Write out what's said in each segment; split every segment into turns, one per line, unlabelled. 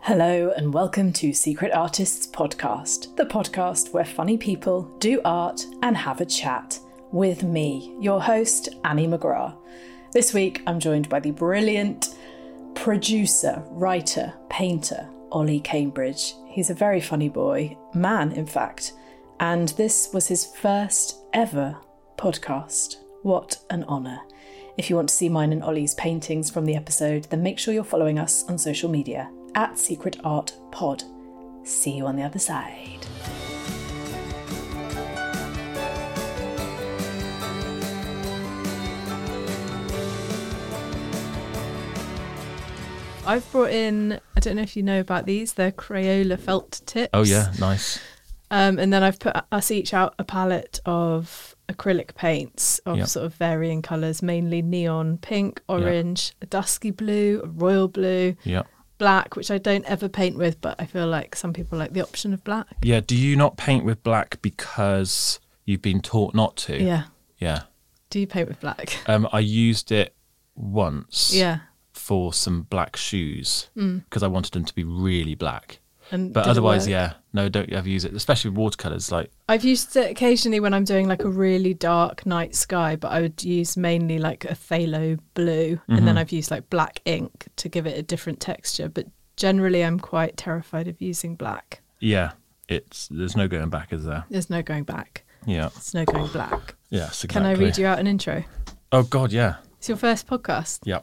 Hello, and welcome to Secret Artists Podcast, the podcast where funny people do art and have a chat with me, your host, Annie McGrath. This week, I'm joined by the brilliant producer, writer, painter, Ollie Cambridge. He's a very funny boy, man, in fact, and this was his first ever podcast. What an honour. If you want to see mine and Ollie's paintings from the episode, then make sure you're following us on social media at Secret Art Pod. See you on the other side.
I've brought in. I don't know if you know about these. They're Crayola felt tips.
Oh yeah, nice.
Um, and then I've put us each out a palette of acrylic paints of
Yeah.
sort of varying colours, mainly neon pink, orange, a dusky blue, a royal blue,
Yeah.
black, which I don't ever paint with, but I feel like some people like the option of black.
Yeah, do you not paint with black because you've been taught not to?
Yeah.
Yeah.
Do you paint with black?
Um I used it once
yeah. Mm.
for some black shoes because I wanted them to be really black.
And
But
did it
otherwise,
work?
yeah, no, don't ever use it, especially with watercolors. Like,
I've used it occasionally when I'm doing like a really dark night sky, but I would use mainly like a phthalo blue, and then I've used like black ink to give it a different texture. But generally, I'm quite terrified of using black.
yeah, it's there's no going back, is there?
There's no going back.
Yeah,
There's no going black.
yes, exactly.
Can I read you out an intro?
Oh God, yeah,
It's your first podcast.
yeah.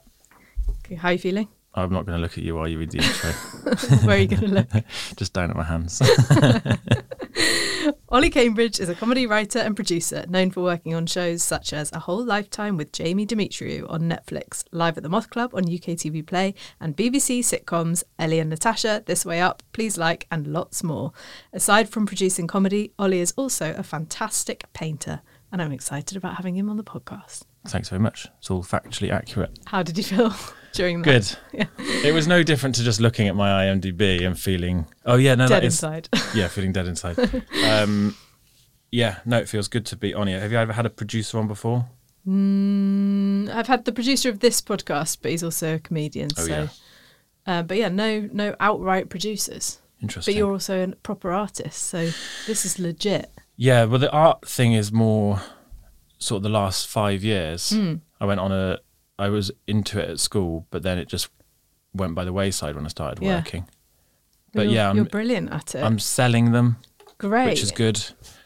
Okay, how are you feeling?
I'm not going to look at you while you read the intro.
Where are you going to look?
Just down at my hands.
Ollie Cambridge is a comedy writer and producer known for working on shows such as A Whole Lifetime with Jamie Demetriou on Netflix, Live at the Moth Club on UK TV Play, and BBC sitcoms Ellie and Natasha, This Way Up, Please Like, and lots more. Aside from producing comedy, Ollie is also a fantastic painter, and I'm excited about having him on the podcast.
Thanks very much. It's all factually accurate.
How did you feel during that?
Good. It was no different to just looking at my IMDb and feeling, oh yeah, no,
Dead
that is,
inside.
yeah, feeling dead inside. um, yeah, no, it feels good to be on here. Have you ever had a producer on before?
I've had the producer of this podcast, but he's also a comedian.
Oh,
so,
yeah.
uh, but yeah, no, no outright producers.
Interesting.
But you're also a proper artist, so this is legit.
Yeah, well, the art thing is more sort of the last five years.
Hmm.
I went on a, I was into it at school, but then it just went by the wayside when I started
Yeah.
working. But
you're,
yeah,
you're
I'm,
brilliant at it.
I'm selling them,
Great,
which is good.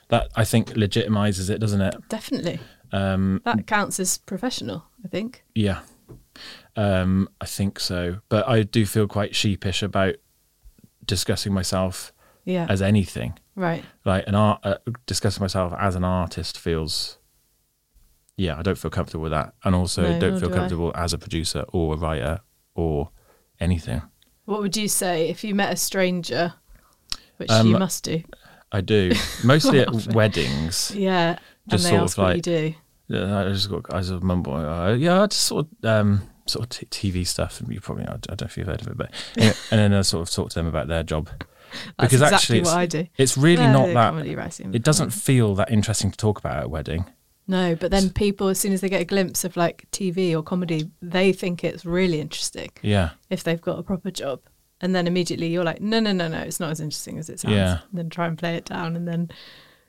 That I think legitimizes it, doesn't it?
Definitely,
Um,
that counts as professional. I think.
Yeah. Um, I think so. But I do feel quite sheepish about discussing myself
Yeah.
as anything.
right.
Like an art, uh, discussing myself as an artist feels. Yeah, I don't feel comfortable with that, and also
No, nor
don't feel
do I.
comfortable as a producer or a writer or anything.
What would you say if you met a stranger? Which
Um,
you must do.
I do mostly at weddings.
Yeah. And
just
they
sort of
ask what you
like-
do.
Yeah, I just got I just mumble. Uh, yeah, I just sort of um, sort of t- TV stuff, and you probably I don't know if you've heard of it, but and then I sort of talk to them about their job.
That's
because
exactly
actually
what
it's-
I do.
It's really
No,
not that.
comedy writing.
It doesn't feel that interesting to talk about at a wedding.
No, but then people, as soon as they get a glimpse of like TV or comedy, they think it's really interesting
Yeah,
if they've got a proper job. And then immediately you're like, no, no, no, no, it's not as interesting as it sounds.
Yeah.
And then try and play it down and then "Can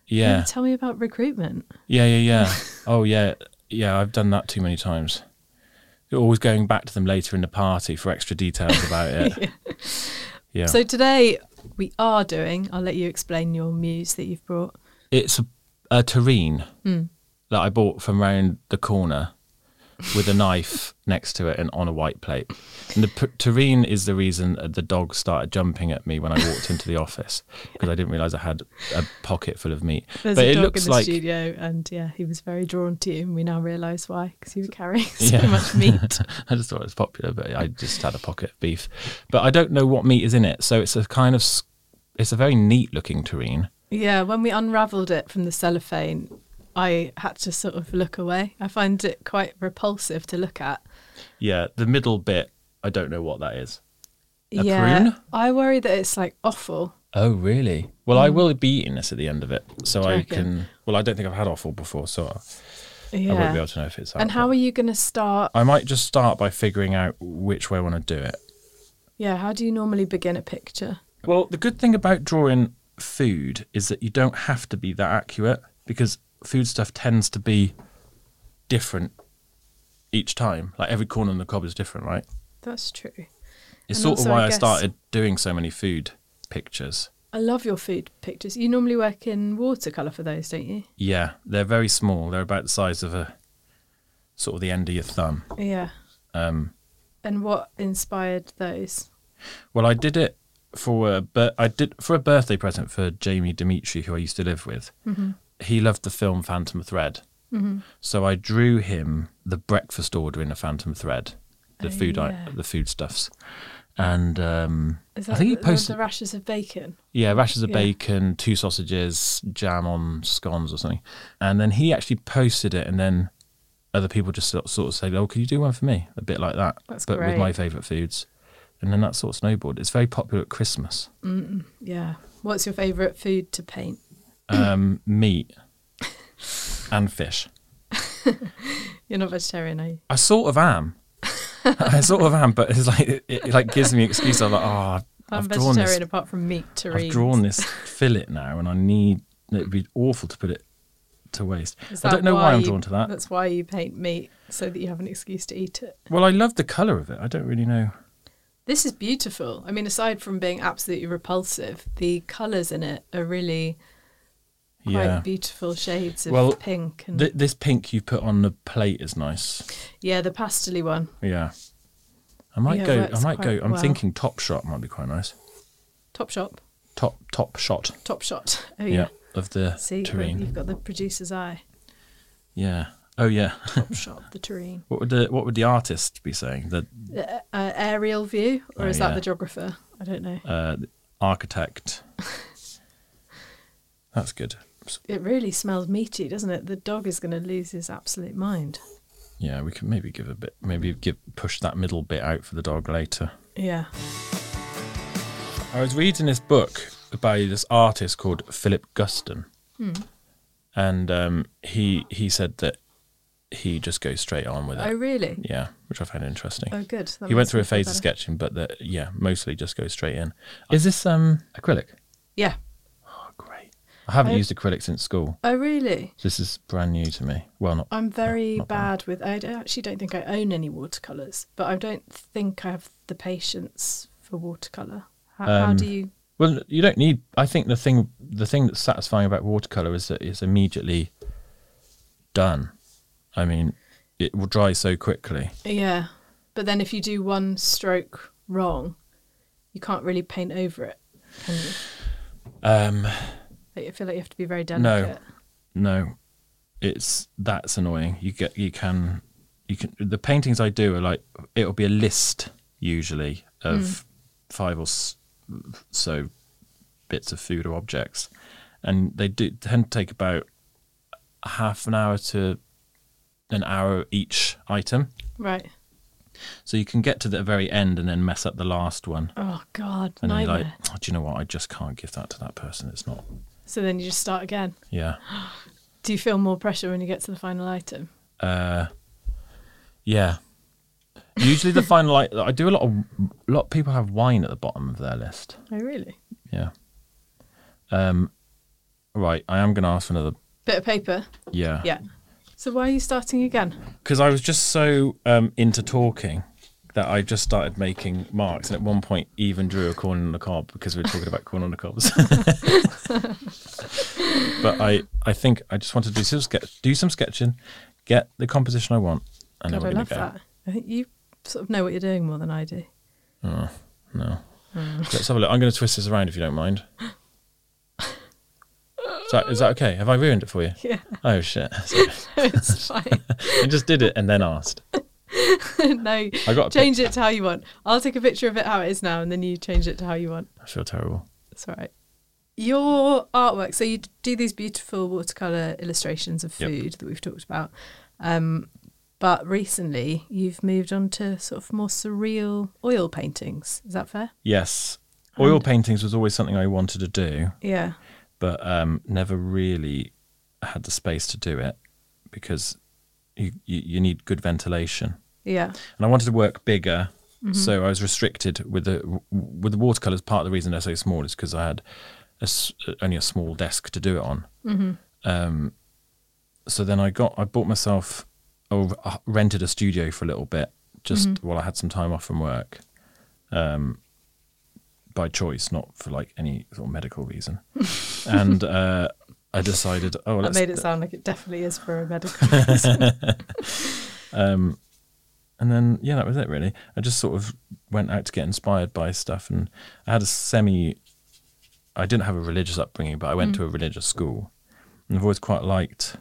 you
yeah,
tell me about recruitment.
yeah, yeah, yeah. oh yeah, yeah. I've done that too many times. You're always going back to them later in the party for extra details about it. yeah.
So today we are doing, I'll let you explain your muse that you've brought. Hmm.
it's a, a terrine that I bought from round the corner, with a knife next to it and on a white plate. And the p- terrine is the reason that the dog started jumping at me when I walked into the office because I didn't realize I had a pocket full of meat.
There's
but
a
it
dog
looks
in the
like
studio, and yeah, he was very drawn to you, and we now realise why because you were carrying so
Yeah.
much meat.
I just thought it was popular, but I just had a pocket of beef. But I don't know what meat is in it, so it's a kind of s- it's a very neat looking terrine.
yeah, when we unravelled it from the cellophane, I had to sort of look away. I find it quite repulsive to look at.
Yeah, the middle bit, I don't know what that is. A
yeah,
prune?
I worry that it's like offal.
Oh, really? Well,
Mm.
I will be eating this at the end of it, so
Do you
I
reckon?
can. Well, I don't think I've had offal before, so I-
Yeah.
I won't be able to know if it's.
and
out,
how
but
are you going to start?
I might just start by figuring out which way I want to do it.
Yeah, how do you normally begin a picture?
Well, the good thing about drawing food is that you don't have to be that accurate because food stuff tends to be different each time. Like every corner on the cob is different, right?
That's true. And
It's sort
also,
of why
I
I,
guess-
started doing so many food pictures.
I love your food pictures. You normally work in watercolour for those, don't you?
Yeah, they're very small. They're about the size of a sort of the end of your thumb.
Yeah.
Um,
And what inspired those?
Well, I did it for a bir- I did for a birthday present for Jamie Dimitri, who I used to live with.
Mm-hmm.
He loved the film Phantom Thread, so I drew him the breakfast order in a Phantom Thread, the
Oh,
food
yeah.
I- the foodstuffs, and um,
Is
I
that
think he
the,
posted
the rashes of bacon?
yeah rashers of
yeah.
bacon, two sausages, jam on scones or something, and then he actually posted it, and then other people just sort sort of said, "Oh, could you do one for me?" A bit like that,
That's
but
great.
with my favourite foods. And then that sort of snowboard. It's very popular at Christmas.
Yeah. What's your favourite food to paint?
um, meat and fish.
You're not vegetarian, are you?
I sort of am. I sort of am, but it's like it, it like gives me an excuse. I'm like, oh, I've-
I'm
I've drawn
vegetarian
this.
apart from meat to
I've drawn this fillet now, and I need. It'd be awful to put it to waste.
Is
I
that
don't know why I'm
you-
drawn to that.
That's why you paint meat so that you have an excuse to eat it.
Well, I love the color of it. I don't really know.
This is beautiful. I mean, aside from being absolutely repulsive, the colours in it are really quite
Yeah.
beautiful shades of
Well,
pink and
Th- this pink you put on the plate is nice.
yeah, the pastely one.
Yeah. I might
Yeah,
go. I
works
might go.
quite
I'm
well.
thinking top shot might be quite nice.
Top shop,
Top top shot.
top shot. Oh
yeah.
yeah,
Of the
see,
terrain.
you've got the producer's eye.
Yeah. Oh yeah.
Top shot, the terrain,
What would the what would the artist be saying? The
uh, uh, aerial view, or
Oh,
is that
yeah.
the geographer? I don't know.
uh, the architect. That's good. S-
It really smells meaty, doesn't it? The dog is going to lose his absolute mind.
Yeah, we can maybe give a bit, maybe give push that middle bit out for the dog later.
Yeah.
I was reading this book by this artist called Philip Guston,
Hmm.
and um, he he said that he just goes straight on with it.
Oh really?
Yeah, which I found interesting.
Oh good. That
he went
makes
through
me
a
feel
phase of
better.
sketching, but that yeah, mostly just goes straight in. Is this um acrylic?
Yeah.
Oh, great! I haven't
I-
used acrylic since school.
Oh really?
This is brand new to me. Well, not.
I'm very
not
bad with. I don't- actually don't think I own any watercolors, but I don't think I have the patience for watercolor. How, how
Um,
do you?
Well, you don't need. I think the thing, the thing that's satisfying about watercolor is that it's immediately done. I mean, it will dry so quickly.
Yeah, but then if you do one stroke wrong, you can't really paint over it. Can you?
Um,
Like, I feel like you have to be very
No.
delicate.
no, it's that's annoying. You get, you can, you can. The paintings I do are like it'll be a list usually of five or s- so bits of food or objects, and they do tend to take about half an hour to an hour each item.
Right.
So you can get to the very end and then mess up the last one.
Oh God,
And then you're
nightmare.
like, oh, do you know what? I just can't give that to that person. It's not.
So then you just start again.
Yeah.
Do you feel more pressure when you get to the final item?
Uh, yeah. Usually the final, like, I do a lot of, a lot of people have wine at the bottom of their list.
Oh really?
Yeah. Um, right. I am going to ask for another.
Bit of paper.
Yeah.
Yeah. So why are you starting again?
Because I was just so um, into talking that I just started making marks. And at one point, even drew a corn on the cob because we were talking about corn on the cobs. but I, I think I just wanted to do some, sketch, do some sketching, get the composition I want, and then
God,
we're
I
gonna
love
go.
that. I think you sort of know what you're doing more than I do.
Oh no. Let's have a look. I'm going to twist this around if you don't mind. Is that, is that okay? Have I ruined it for you?
Yeah,
Oh shit!
it's fine.
I just did it and then asked.
no,
I got a
change it to how you want. I'll take a picture of it how it is now, and then you change it to how you want.
I feel terrible.
It's all right. Your artwork. So you d- do these beautiful watercolor illustrations of
Yep.
food that we've talked about, um, but recently you've moved on to sort of more surreal oil paintings. Is that fair?
Yes, oil paintings was always something I wanted to do,
Yeah.
but um, never really had the space to do it because you, you you need good ventilation,
Yeah.
and I wanted to work bigger.
Mm-hmm.
So I was restricted with the w- with the watercolors. Part of the reason they're so small is because I had a s only a small desk to do it on.
Mm-hmm.
Um, so then I got I bought myself or uh, rented a studio for a little bit just
Mm-hmm.
while I had some time off from work, um, by choice, not for like any sort of medical reason. and uh, I decided, oh,
I
let's
made it sound like it definitely is for a medical reason.
and then yeah, that was it really. I just sort of went out to get inspired by stuff, and I had a semi. I didn't have a religious upbringing, but I went to a religious school, and I've always quite liked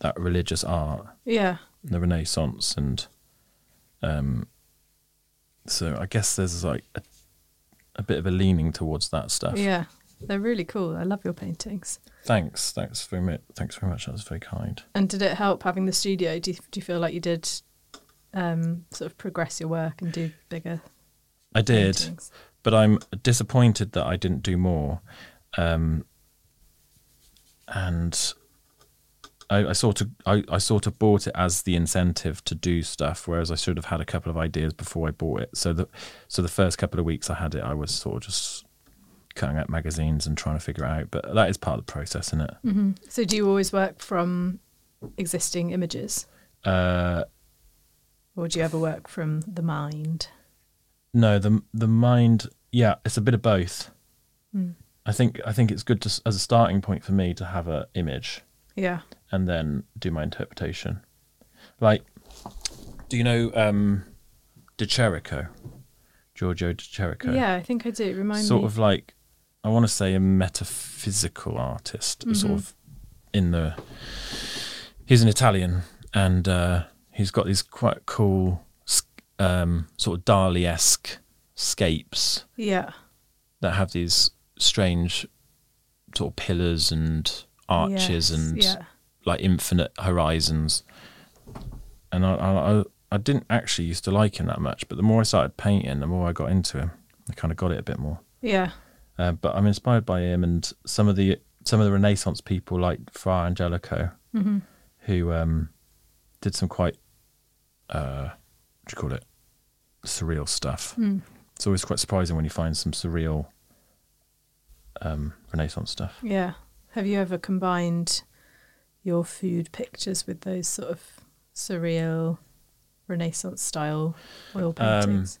that religious art,
yeah.
the Renaissance, and um. So I guess there's like a, a bit of a leaning towards that stuff.
Yeah. They're really cool. I love your paintings.
Thanks, thanks very much. Thanks very much. That was very kind.
And did it help having the studio? Do you, do you feel like you did um, sort of progress your work and do bigger
I did.
paintings?
but I'm disappointed that I didn't do more. Um, and I, I sort of I, I sort of bought it as the incentive to do stuff, whereas I should have had a couple of ideas before I bought it. So the so the first couple of weeks I had it, I was sort of just cutting out magazines and trying to figure it out. But that is part of the process, isn't it?
So do you always work from existing images?
Uh,
Or do you ever work from the mind?
no, the the mind, yeah, it's a bit of both. I think I think it's good to, s- as a starting point for me to have a image.
Yeah.
and then do my interpretation. Like, do you know um, De Cherico, Giorgio De Cherico?
Yeah, I think I do. Remind
Sort
me.
of like, I want to say a metaphysical artist,
Mm-hmm.
sort of in the. He's an Italian, and uh, he's got these quite cool, s- um, sort of Dali esque scapes
yeah.
that have these strange sort of pillars and arches
Yes,
and
yeah.
like infinite horizons. And I, I, I, I didn't actually used to like him that much, but the more I started painting, the more I got into him. I kind of got it a bit more.
Yeah.
Uh, but I'm inspired by him and some of the some of the Renaissance people like Fra Angelico, who um, did some quite uh, what do you call it surreal stuff. It's always quite surprising when you find some surreal um, Renaissance stuff.
Yeah. Have you ever combined your food pictures with those sort of surreal Renaissance style oil
Um,
paintings?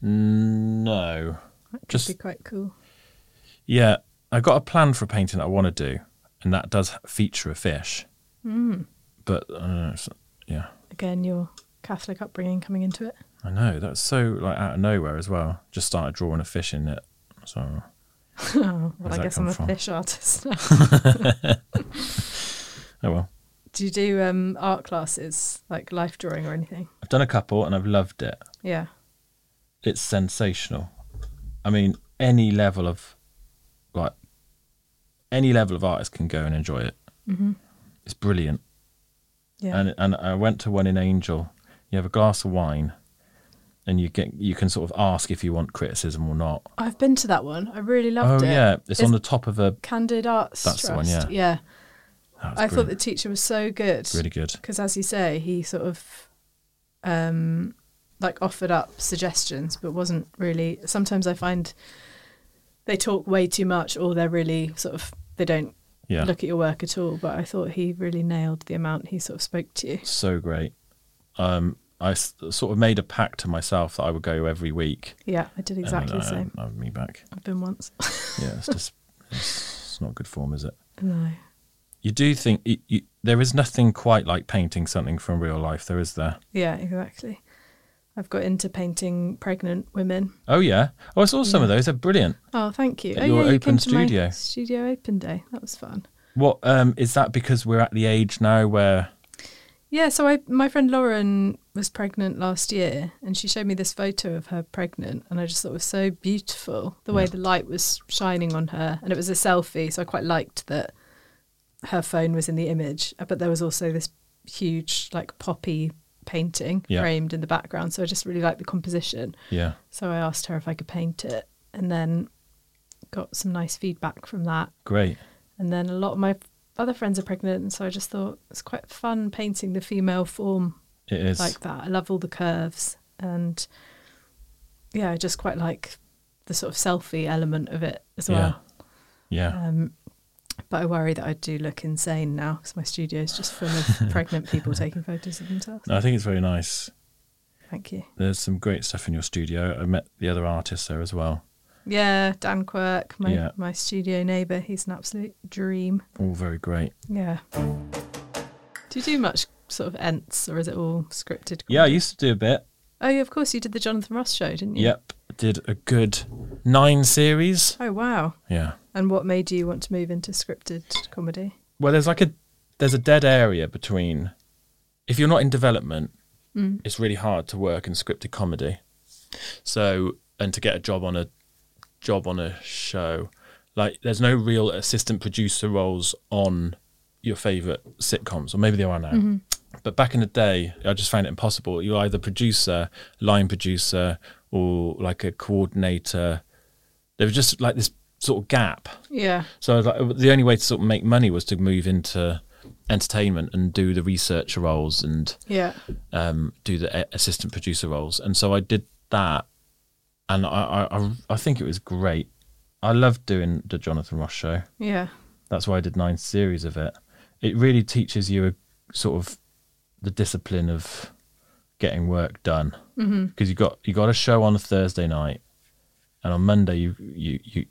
No,
that could
just-
be quite cool.
yeah, I got a plan for a painting that I want to do, and that does feature a fish. But I don't know, it's- yeah,
Again, your Catholic upbringing coming into it.
I know that's so like out of nowhere as well. Just started drawing a fish in it. So
Oh, well,
does
I
that
guess
come
I'm a
from?
fish artist now.
oh well.
do you do um, art classes, like life drawing or anything?
I've done a couple and I've loved it.
Yeah.
It's sensational. I mean, any level of like any level of artist can go and enjoy it. Mm-hmm. It's brilliant.
Yeah.
And and I went to one in Angel. You have a glass of wine, and you get you can sort of ask if you want criticism or not.
I've been to that one. I really loved
oh
it.
yeah, it's, on
It's-
the top of a.
Candid Arts
That's the
Trust.
one, yeah. Oh, it's
I thought the
brilliant.
teacher was so good.
really good.
Because as you say, he sort of um, like offered up suggestions, but wasn't really. Sometimes I find they talk way too much, or they're really sort of they don't
Yeah,
look at your work at all. But I thought he really nailed the amount he sort of spoke to you.
so great. Um, I s- sort of made a pact to myself that I would go every week.
Yeah, I did
and uh,
exactly
I,
the same.
I, I, me back.
I've been once.
yeah, it's just it's, it's not good form, is it?
no,
you do think you, you, there is nothing quite like painting something from real life, there is there?
Yeah, exactly. I've got into painting pregnant women.
Oh yeah. Oh, I saw some of those. They're brilliant.
Oh, thank you.
At
oh,
your
yeah, you
open
came to my
studio.
studio open day. That was fun.
What um is that because we're at the age now where
Yeah, so I my friend Lauren was pregnant last year and she showed me this photo of her pregnant and I just thought it was so beautiful the way the light was shining on her and it was a selfie so I quite liked that her phone was in the image uh, but there was also this huge like poppy painting
Yeah.
framed in the background so I just really liked the composition.
yeah.
So I asked her if I could paint it and then got some nice feedback from that
Great.
and then a lot of my other friends are pregnant and so I just thought it's quite fun painting the female form
It is.
like that. I love all the curves and yeah, I just quite like the sort of selfie element of it as well.
yeah.
But I worry that I do look insane now because my studio is just full of pregnant people taking photos of themselves.
No, I think it's very nice.
Thank you.
There's some great stuff in your studio. I met the other artists there as well.
Yeah, Dan Quirk, my,
Yeah.
my studio neighbour, he's an absolute dream.
All very great.
Yeah. Do you do much sort of ents or is it all scripted?
Yeah, I used to do a bit.
Oh, yeah, of course, you did the Jonathan Ross show, didn't you?
Yep. Did a good nine series.
Oh, wow.
Yeah.
And what made you want to move into scripted comedy?
well there's like a there's a dead area between if you're not in development it's really hard to work in scripted comedy so and to get a job on a job on a show like there's no real assistant producer roles on your favorite sitcoms or maybe there are now but back in the day i just found it impossible you're either producer line producer or like a coordinator there was just like this sort of gap
Yeah.
so I was like, the only way to sort of make money was to move into entertainment and do the research roles and
Yeah.
um, do the a- assistant producer roles. And so I did that, and I, I I- I think it was great. I loved doing the Jonathan Ross show.
Yeah.
That's why I did nine series of it. It really teaches you a sort of the discipline of getting work done because you got you got a show on a Thursday night, and on Monday you you you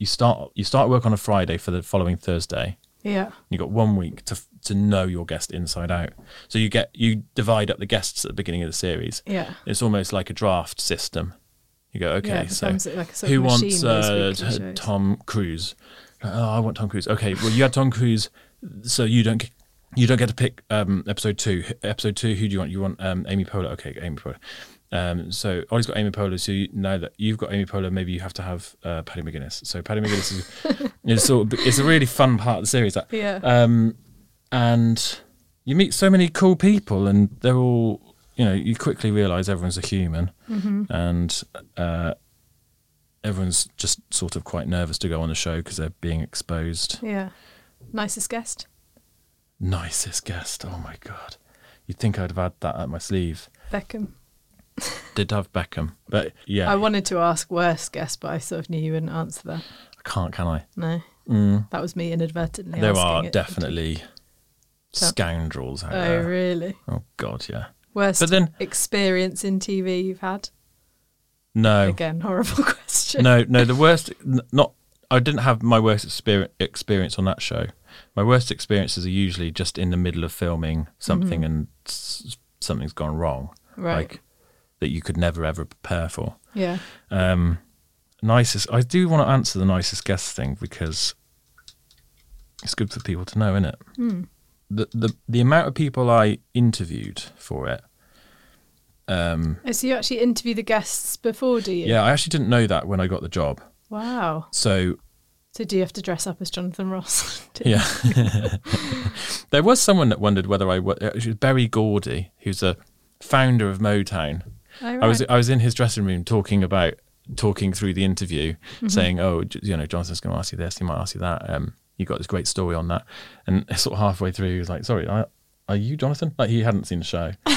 you start you start work on a Friday for the following Thursday.
Yeah.
You got one week to to know your guest inside out. So you get you divide up the guests at the beginning of the series.
Yeah.
It's almost like a draft system. You go, okay,
Yeah, it
so
becomes like a sort of
who
machine,
wants
those
uh,
weekly
t-
shows.
Tom Cruise? Oh, I want Tom Cruise. Okay, well you had Tom Cruise, so you don't. g- You don't get to pick um, episode two. Episode two, who do you want? You want um, Amy Poehler. Okay, Amy Poehler. Um, so Ollie's got Amy Poehler. So you, now that you've got Amy Poehler, maybe you have to have uh, Paddy McGuinness. So Paddy McGuinness is it's sort of, it's a really fun part of the series. That
Yeah.
um, and you meet so many cool people, and they're all you know. You quickly realise everyone's a human,
Mm-hmm.
and uh, everyone's just sort of quite nervous to go on the show because they're being exposed.
yeah. Nicest guest.
Nicest guest, oh my god! You'd think I'd have had that at my sleeve.
Beckham.
Did have Beckham, but yeah,
I
I
wanted to ask worst guest, but I sort of knew you wouldn't answer that.
can't, can I?
No. That was me inadvertently.
Mm. there
asking
are
it.
definitely scoundrels out
Oh,
there.
really?
Oh god, yeah.
Worst
But then-
experience in TV you've had?
No,
Again, horrible question.
no, no. The worst, n- not. I didn't have my worst experience experience on that show. My worst experiences are usually just in the middle of filming something and s- something's gone wrong,
Right.
Like that you could never ever prepare for.
Yeah.
Um, nicest. I do want to answer the nicest guest thing because it's good for people to know, isn't it? The the the amount of people I interviewed for it. Um,
Oh, so you actually interview the guests before, do you?
yeah, I actually didn't know that when I got the job.
Wow.
So
So do you have to dress up as Jonathan Ross?
Yeah. there was someone that wondered whether I was Barry Gordy, who's a founder of Motown.
Oh, right.
I was I was in his dressing room talking about talking through the interview,
Mm-hmm.
saying, "Oh, j- you know, Johnson's going to ask you this. He might ask you that. Um, you got this great story on that." And sort of halfway through, he was like, "Sorry, I, are you Jonathan?" Like he hadn't seen the show. I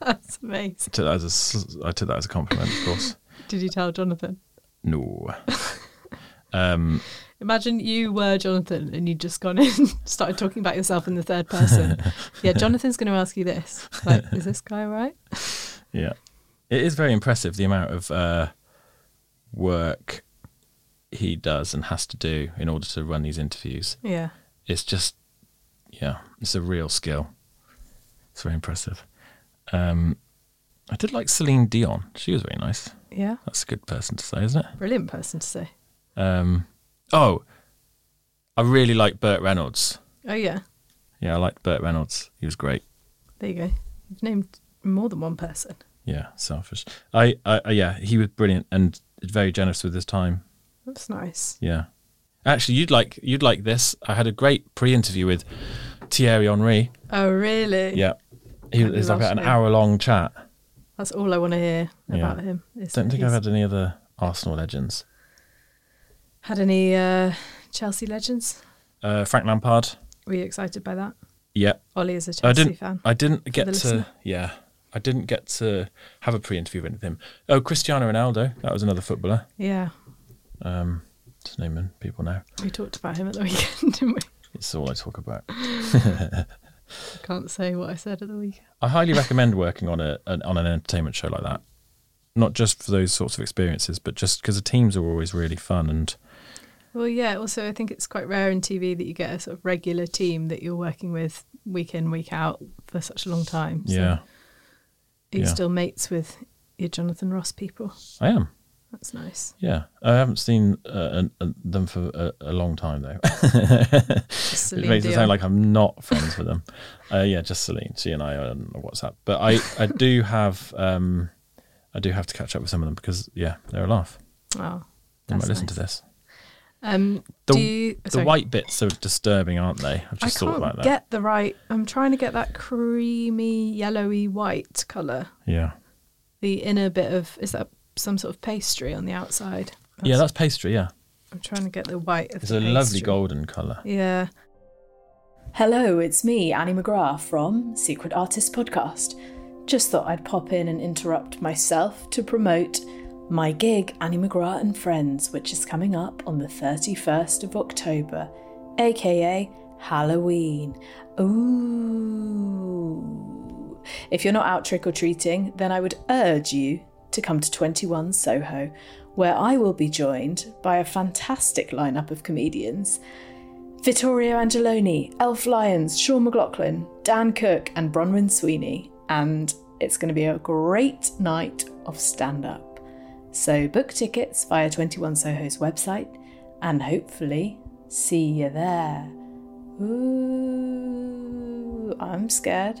That's amazing.
took that as a s- I took that as a compliment, of course.
Did you tell Jonathan?
No. Um,
Imagine you were Jonathan and you'd just gone in and started talking about yourself in the third person. yeah, Jonathan's going to ask you this. Like, is this guy right?
Yeah. It is very impressive the amount of uh, work he does and has to do in order to run these interviews.
Yeah.
it's just yeah, it's a real skill. It's very impressive. Um, I did like Celine Dion. She was very nice.
Yeah.
That's a good person to say, isn't it?
Brilliant person to say.
Um, oh, I really like Burt Reynolds.
Oh, yeah.
Yeah, I liked Burt Reynolds. He was great.
There you go. You've named more than one person.
Yeah, selfish. I, I, I yeah, he was brilliant and very generous with his time.
That's nice.
Yeah. Actually, you'd like you'd like this. I had a great pre-interview with Thierry Henry.
Oh, really?
Yeah, he
That'd be
was about an
lovely.
hour-long chat.
That's all I want to hear
Yeah.
about him. is
Don't
that
think I've
he's
had any other Arsenal legends.
had any uh, Chelsea legends.
Uh, Frank Lampard.
Were you excited by that?
Yeah,
Ollie is a
I
Chelsea
didn't.
fan.
I didn't get to.
the listener.
Yeah, I didn't get to have a pre-interview with him. Oh, Cristiano Ronaldo. That was another footballer.
yeah.
Um, just naming people now.
We talked about him at the weekend, didn't we?
It's all I talk about.
Can't say what I said at the weekend.
I highly recommend working on a an, on an entertainment show like that. Not just for those sorts of experiences, but just because the teams are always really fun and
Well, yeah. Also, I think it's quite rare in TV that you get a sort of regular team that you're working with week in, week out for such a long time. So
yeah,
Are you
yeah.
still mates with your Jonathan Ross people?
I am.
That's nice.
Yeah, I haven't seen uh, an, uh, them for a, a long time though.
Just
it
Celine
makes it
Dion.
sound like I'm not friends with them. Uh, yeah, just Celine. She and I are on WhatsApp, but I, I do have um, I do have to catch up with some of them because yeah, they're a laugh.
Oh,
They might
that's
listen
nice.
to this.
Um,
The,
do you,
the
sorry.
white bits are disturbing, aren't they? I've just
I
thought
can't
about that.
get the right. I'm trying to get that creamy, yellowy white color.
yeah,
The inner bit of is that some sort of pastry on the outside?
yeah, that's pastry. Yeah,
I'm trying to get the white. Of
it's
the
a lovely
pastry.
golden color.
Yeah.
Hello, it's me, Annie McGrath from Secret Artist Podcast. Just thought I'd pop in and interrupt myself to promote my gig, Annie McGrath and Friends, which is coming up on the 31st of October, aka Halloween. Ooh. If you're not out trick or treating, then I would urge you to come to 21 Soho, where I will be joined by a fantastic lineup of comedians. Vittorio Angeloni, Elf Lyons, Sean McLaughlin, Dan Cook, and Bronwyn Sweeney. And it's going to be a great night of stand up. So book tickets via 21 Soho's website and hopefully see you there. Ooh, I'm scared.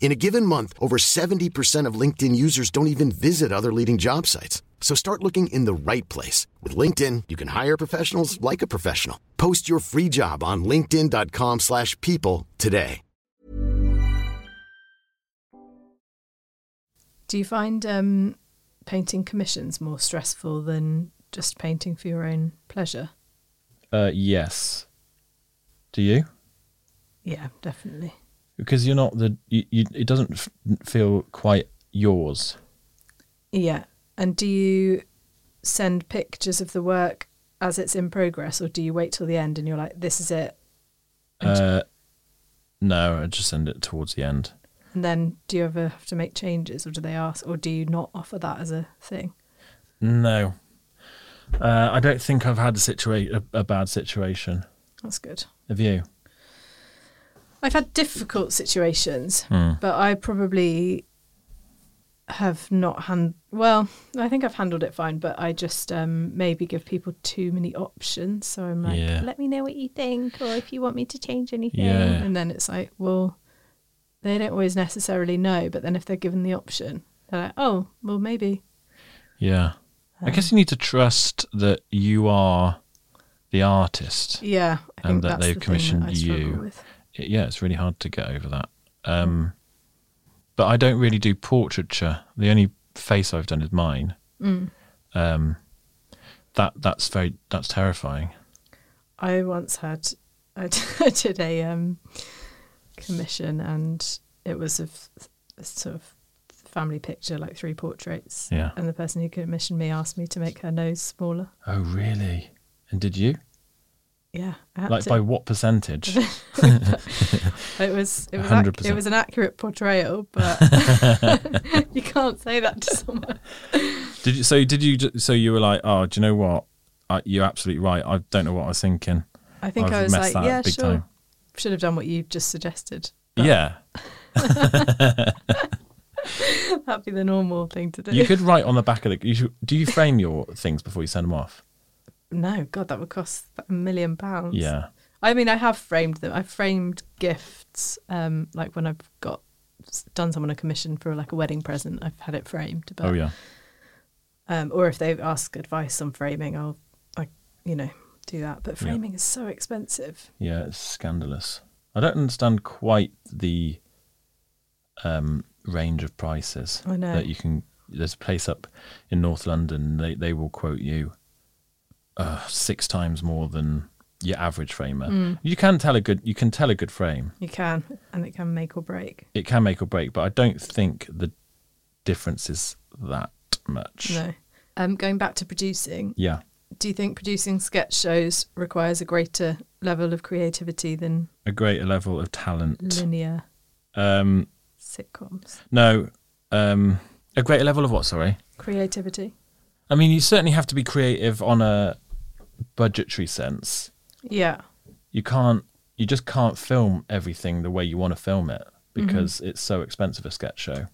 In a given month, over 70% of LinkedIn users don't even visit other leading job sites. So start looking in the right place. With LinkedIn, you can hire professionals like a professional. Post your free job on linkedin.com/people slash people today.
Do you find um, painting commissions more stressful than just painting for your own pleasure?
Uh, yes. Do you?
Yeah, definitely.
Because you're not the. You, you, it doesn't f- feel quite yours.
Yeah. And do you send pictures of the work as it's in progress, or do you wait till the end and you're like, "This is it"?
Uh, no, I just send it towards the end.
And then do you ever have to make changes, or do they ask, or do you not offer that as a thing?
No, Uh, I don't think I've had a situation a, a bad situation.
That's good.
Have you?
I've had difficult situations,
Hmm.
but I probably have not hand. Well, I think I've handled it fine, but I just um, maybe give people too many options. So I'm like,
Yeah.
let me know what you think, or if you want me to change anything,
Yeah.
and then it's like, well, they don't always necessarily know, but then if they're given the option, they're like, oh, well, maybe.
Yeah. I guess you need to trust that you are the artist.
Yeah, I
And
think
that
that's
they've
the thing
commissioned
that I struggle
you.
With.
It- yeah, it's really hard to get over that. Um, but I don't really do portraiture. The only face I've done is mine. Um, that that's very that's terrifying.
I once had I d- I did a um, commission and it was of a sort of family picture, like three portraits.
Yeah.
And the person who commissioned me asked me to make her nose smaller.
Oh really? And did you?
Yeah, I had
Like
to-
by what percentage?
it was it was ac-
100%.
it was an accurate portrayal, but you can't say that to someone.
did you? So did you? ju- So you were like, oh, do you know what? I, you're absolutely right. I don't know what I was thinking.
I think
I've
I was like,
messed that up
yeah,
big
sure,
time.
should have done what you just suggested.
Yeah,
That'd be the normal thing to do.
you could write on the back of the. You should, do you frame your things before you send them off?
no, God, that would cost a million pounds.
Yeah,
I mean, I have framed them. I've framed gifts, um, like when I've got done someone a commission for like a wedding present. I've had it framed, but
Oh yeah.
um, or if they ask advice on framing, I'll, I, you know, do that. But framing is so expensive.
Yeah, it's scandalous. I don't understand quite the um, range of prices
I know.
that you can. There's a place up in North London. They they will quote you uh, six times more than your average framer.
Mm.
You can tell a good. You can tell a good frame.
You can, and it can make or break.
It can make or break, but I don't think the difference is that much.
No. Um, going back to producing,
Yeah.
do you think producing sketch shows requires a greater level of creativity than
A greater level of talent.
linear
Um,
sitcoms?
no, um, a greater level of what? Sorry.
Creativity.
I mean, you certainly have to be creative on a budgetary sense.
Yeah.
You can't, you just can't film everything the way you want to film it because it's so expensive a sketch show.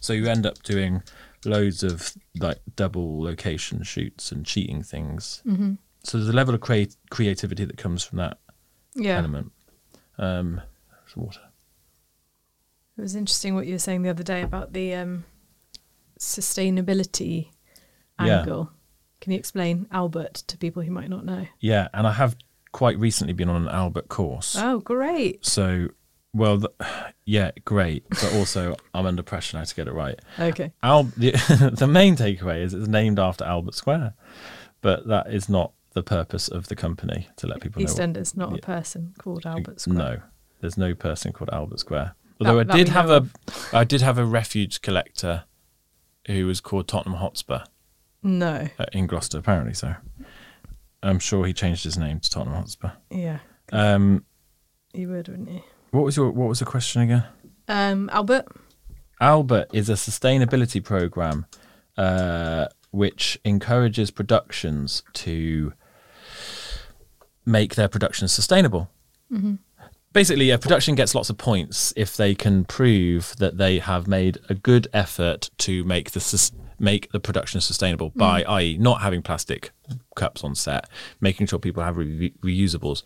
So you end up doing loads of like double location shoots and cheating things. Mm-hmm. So there's a level of creat creativity that comes from that
Yeah.
element. Um, some water.
It was interesting what you were saying the other day about the um, sustainability
Yeah.
angle. Can you explain Albert to people who might not know?
Yeah, and I have quite recently been on an Albert course.
Oh, great.
So, well, th- yeah, great, but also I'm under pressure now to get it right.
Okay.
Al- the, the main takeaway is it's named after Albert Square, but that is not the purpose of the company to let people know.
EastEnders, not a person called Albert Square.
No, there's no person called Albert Square. Although
that
I
we
did have
know
a, I did have a refuge collector, who was called Tottenham Hotspur
No.
uh, in Gloucester, apparently. So, I'm sure he changed his name to Tottenham Hotspur.
Yeah.
Um,
You would, wouldn't you?
what was your What was the question again?
Um, Albert?
Albert is a sustainability program uh, which encourages productions to make their productions sustainable. Basically, a production gets lots of points if they can prove that they have made a good effort to make the sus- make the production sustainable by, i.e., not having plastic cups on set, making sure people have re- reusables.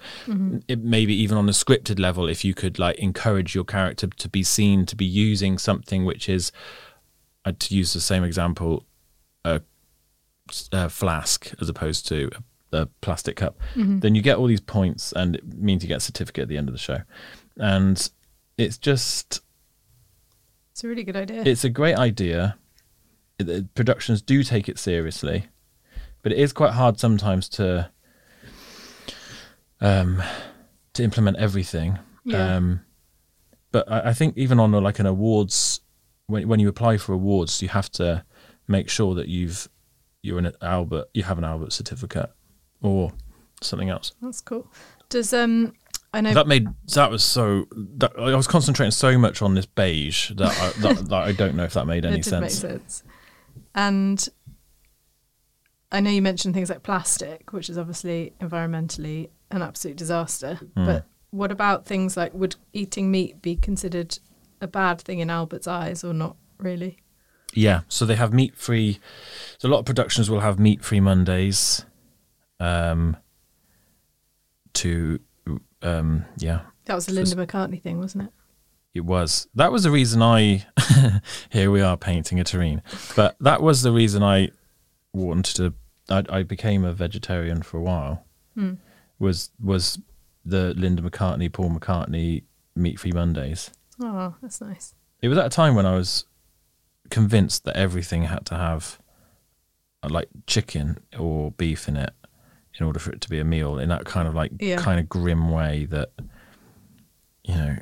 It, maybe even on a scripted level, if you could like encourage your character to be seen to be using something which is, uh, to use the same example, uh, flask as opposed to a, a plastic cup, then you get all these points, and it means you get a certificate at the end of the show. And it's just
It's a really good idea.
it's a great idea. The productions do take it seriously, but it is quite hard sometimes to um to implement everything.
Yeah.
Um but I, I think even on a, like an awards when when you apply for awards, you have to make sure that you've you're an Albert you have an Albert certificate or something else.
That's cool. Does, um, I know.
That made that was so. That, I was concentrating so much on this beige that I, that, that I don't know if that made any
it did
sense.
make sense. And I know you mentioned things like plastic, which is obviously environmentally an absolute disaster. But what about things like would eating meat be considered a bad thing in Albert's eyes or not really?
Yeah, so they have meat free. So a lot of productions will have meat free Mondays. Um. To, um, yeah,
That was a Linda McCartney thing, wasn't it?
it was. That was the reason I. here we are painting a terrain, but that was the reason I wanted to. I, I became a vegetarian for a while. Was was the Linda McCartney, Paul McCartney meat free Mondays?
Oh, that's nice.
it was at a time when I was convinced that everything had to have uh, like chicken or beef in it in order for it to be a meal in that kind of like
Yeah.
kind of grim way that you know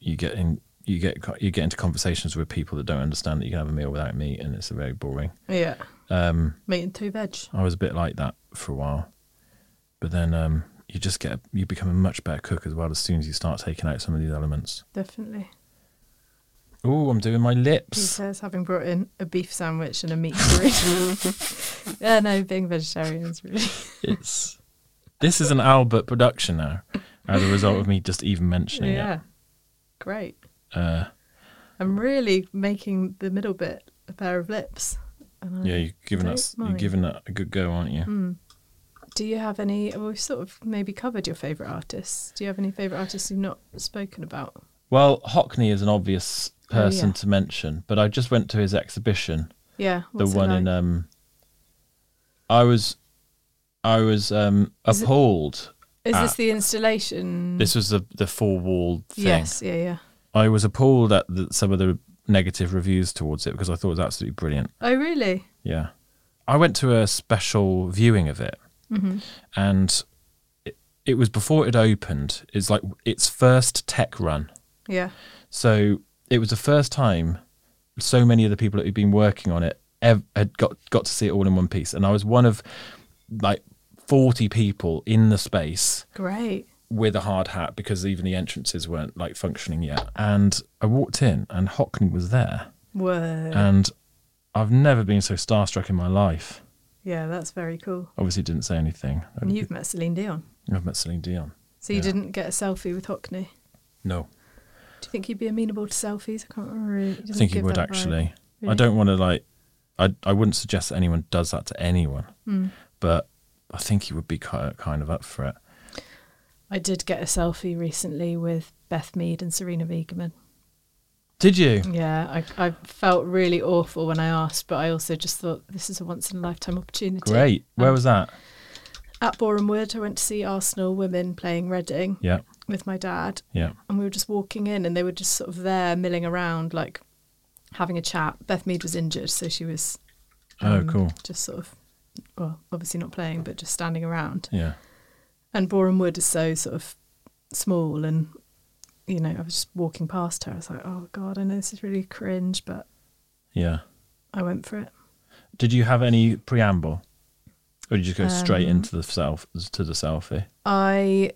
you get in you get co- you get into conversations with people that don't understand that you can have a meal without meat and it's very boring
Yeah.
um
Meat and two veg.
I was a bit like that for a while, but then um, you just get you become a much better cook as well as soon as you start taking out some of these elements.
Definitely.
Oh, I'm doing my
He
lips.
says, having brought in a beef sandwich and a meat burrito. yeah, no, being vegetarians really.
It's this is an Albert production now, as a result of me just even mentioning
yeah.
it.
Great.
Uh,
I'm really making the middle bit a pair of lips. And I-
yeah, you're giving
Don't Mm.
us you're
mind.
giving that a good go, aren't you?
Do you have any? Well, we've sort of maybe covered your favourite artists. Do you have any favourite artists you've not spoken about?
Well, Hockney is an obvious
Oh, yeah.
person to mention, but I just went to his exhibition.
Yeah,
the
what's it
one in
like?
um I was I was um
Is it-
appalled.
Is this the installation?
This was the the four wall thing.
Yes, yeah, yeah.
I was appalled at the, some of the negative reviews towards it because I thought it was absolutely brilliant.
Oh, really?
Yeah. I went to a special viewing of it and it, it was before it opened. It's like its first tech run.
Yeah.
So it was the first time so many of the people that had been working on it ev- had got got to see it all in one piece, and I was one of like forty people in the space
Great.
with a hard hat because even the entrances weren't like functioning yet. And I walked in, and Hockney was there,
Whoa.
and I've never been so starstruck in my life.
yeah, that's very cool.
Obviously, didn't say anything.
And you've met Celine Dion.
I've met Celine Dion.
So you didn't get a selfie with Hockney.
No,
Do you think he'd be amenable to selfies? I can't really.
I think he would actually. I don't want to like. I I wouldn't suggest that anyone does that to anyone, but I think he would be ki- kind of up for it.
I did get a selfie recently with Beth Mead and Serena Wiegemann.
Did you?
Mm. Yeah, I, I felt really awful when I asked, but I also just thought this is a once in a lifetime opportunity.
Great. Where was that?
At Boreham Wood, I went to see Arsenal women playing Reading
Yeah,
with my dad,
yeah.
and we were just walking in, and they were just sort of there milling around, like having a chat. Beth Mead was injured, so she was
Oh,
um,
cool.
just sort of, well, obviously not playing, but just standing around.
Yeah,
And Boreham Wood is so sort of small, and you know, I was just walking past her. I was like, oh god, I know this is really cringe, but
yeah.
I went for it.
Did you have any preamble, or did you just go straight into the self to the selfie?
I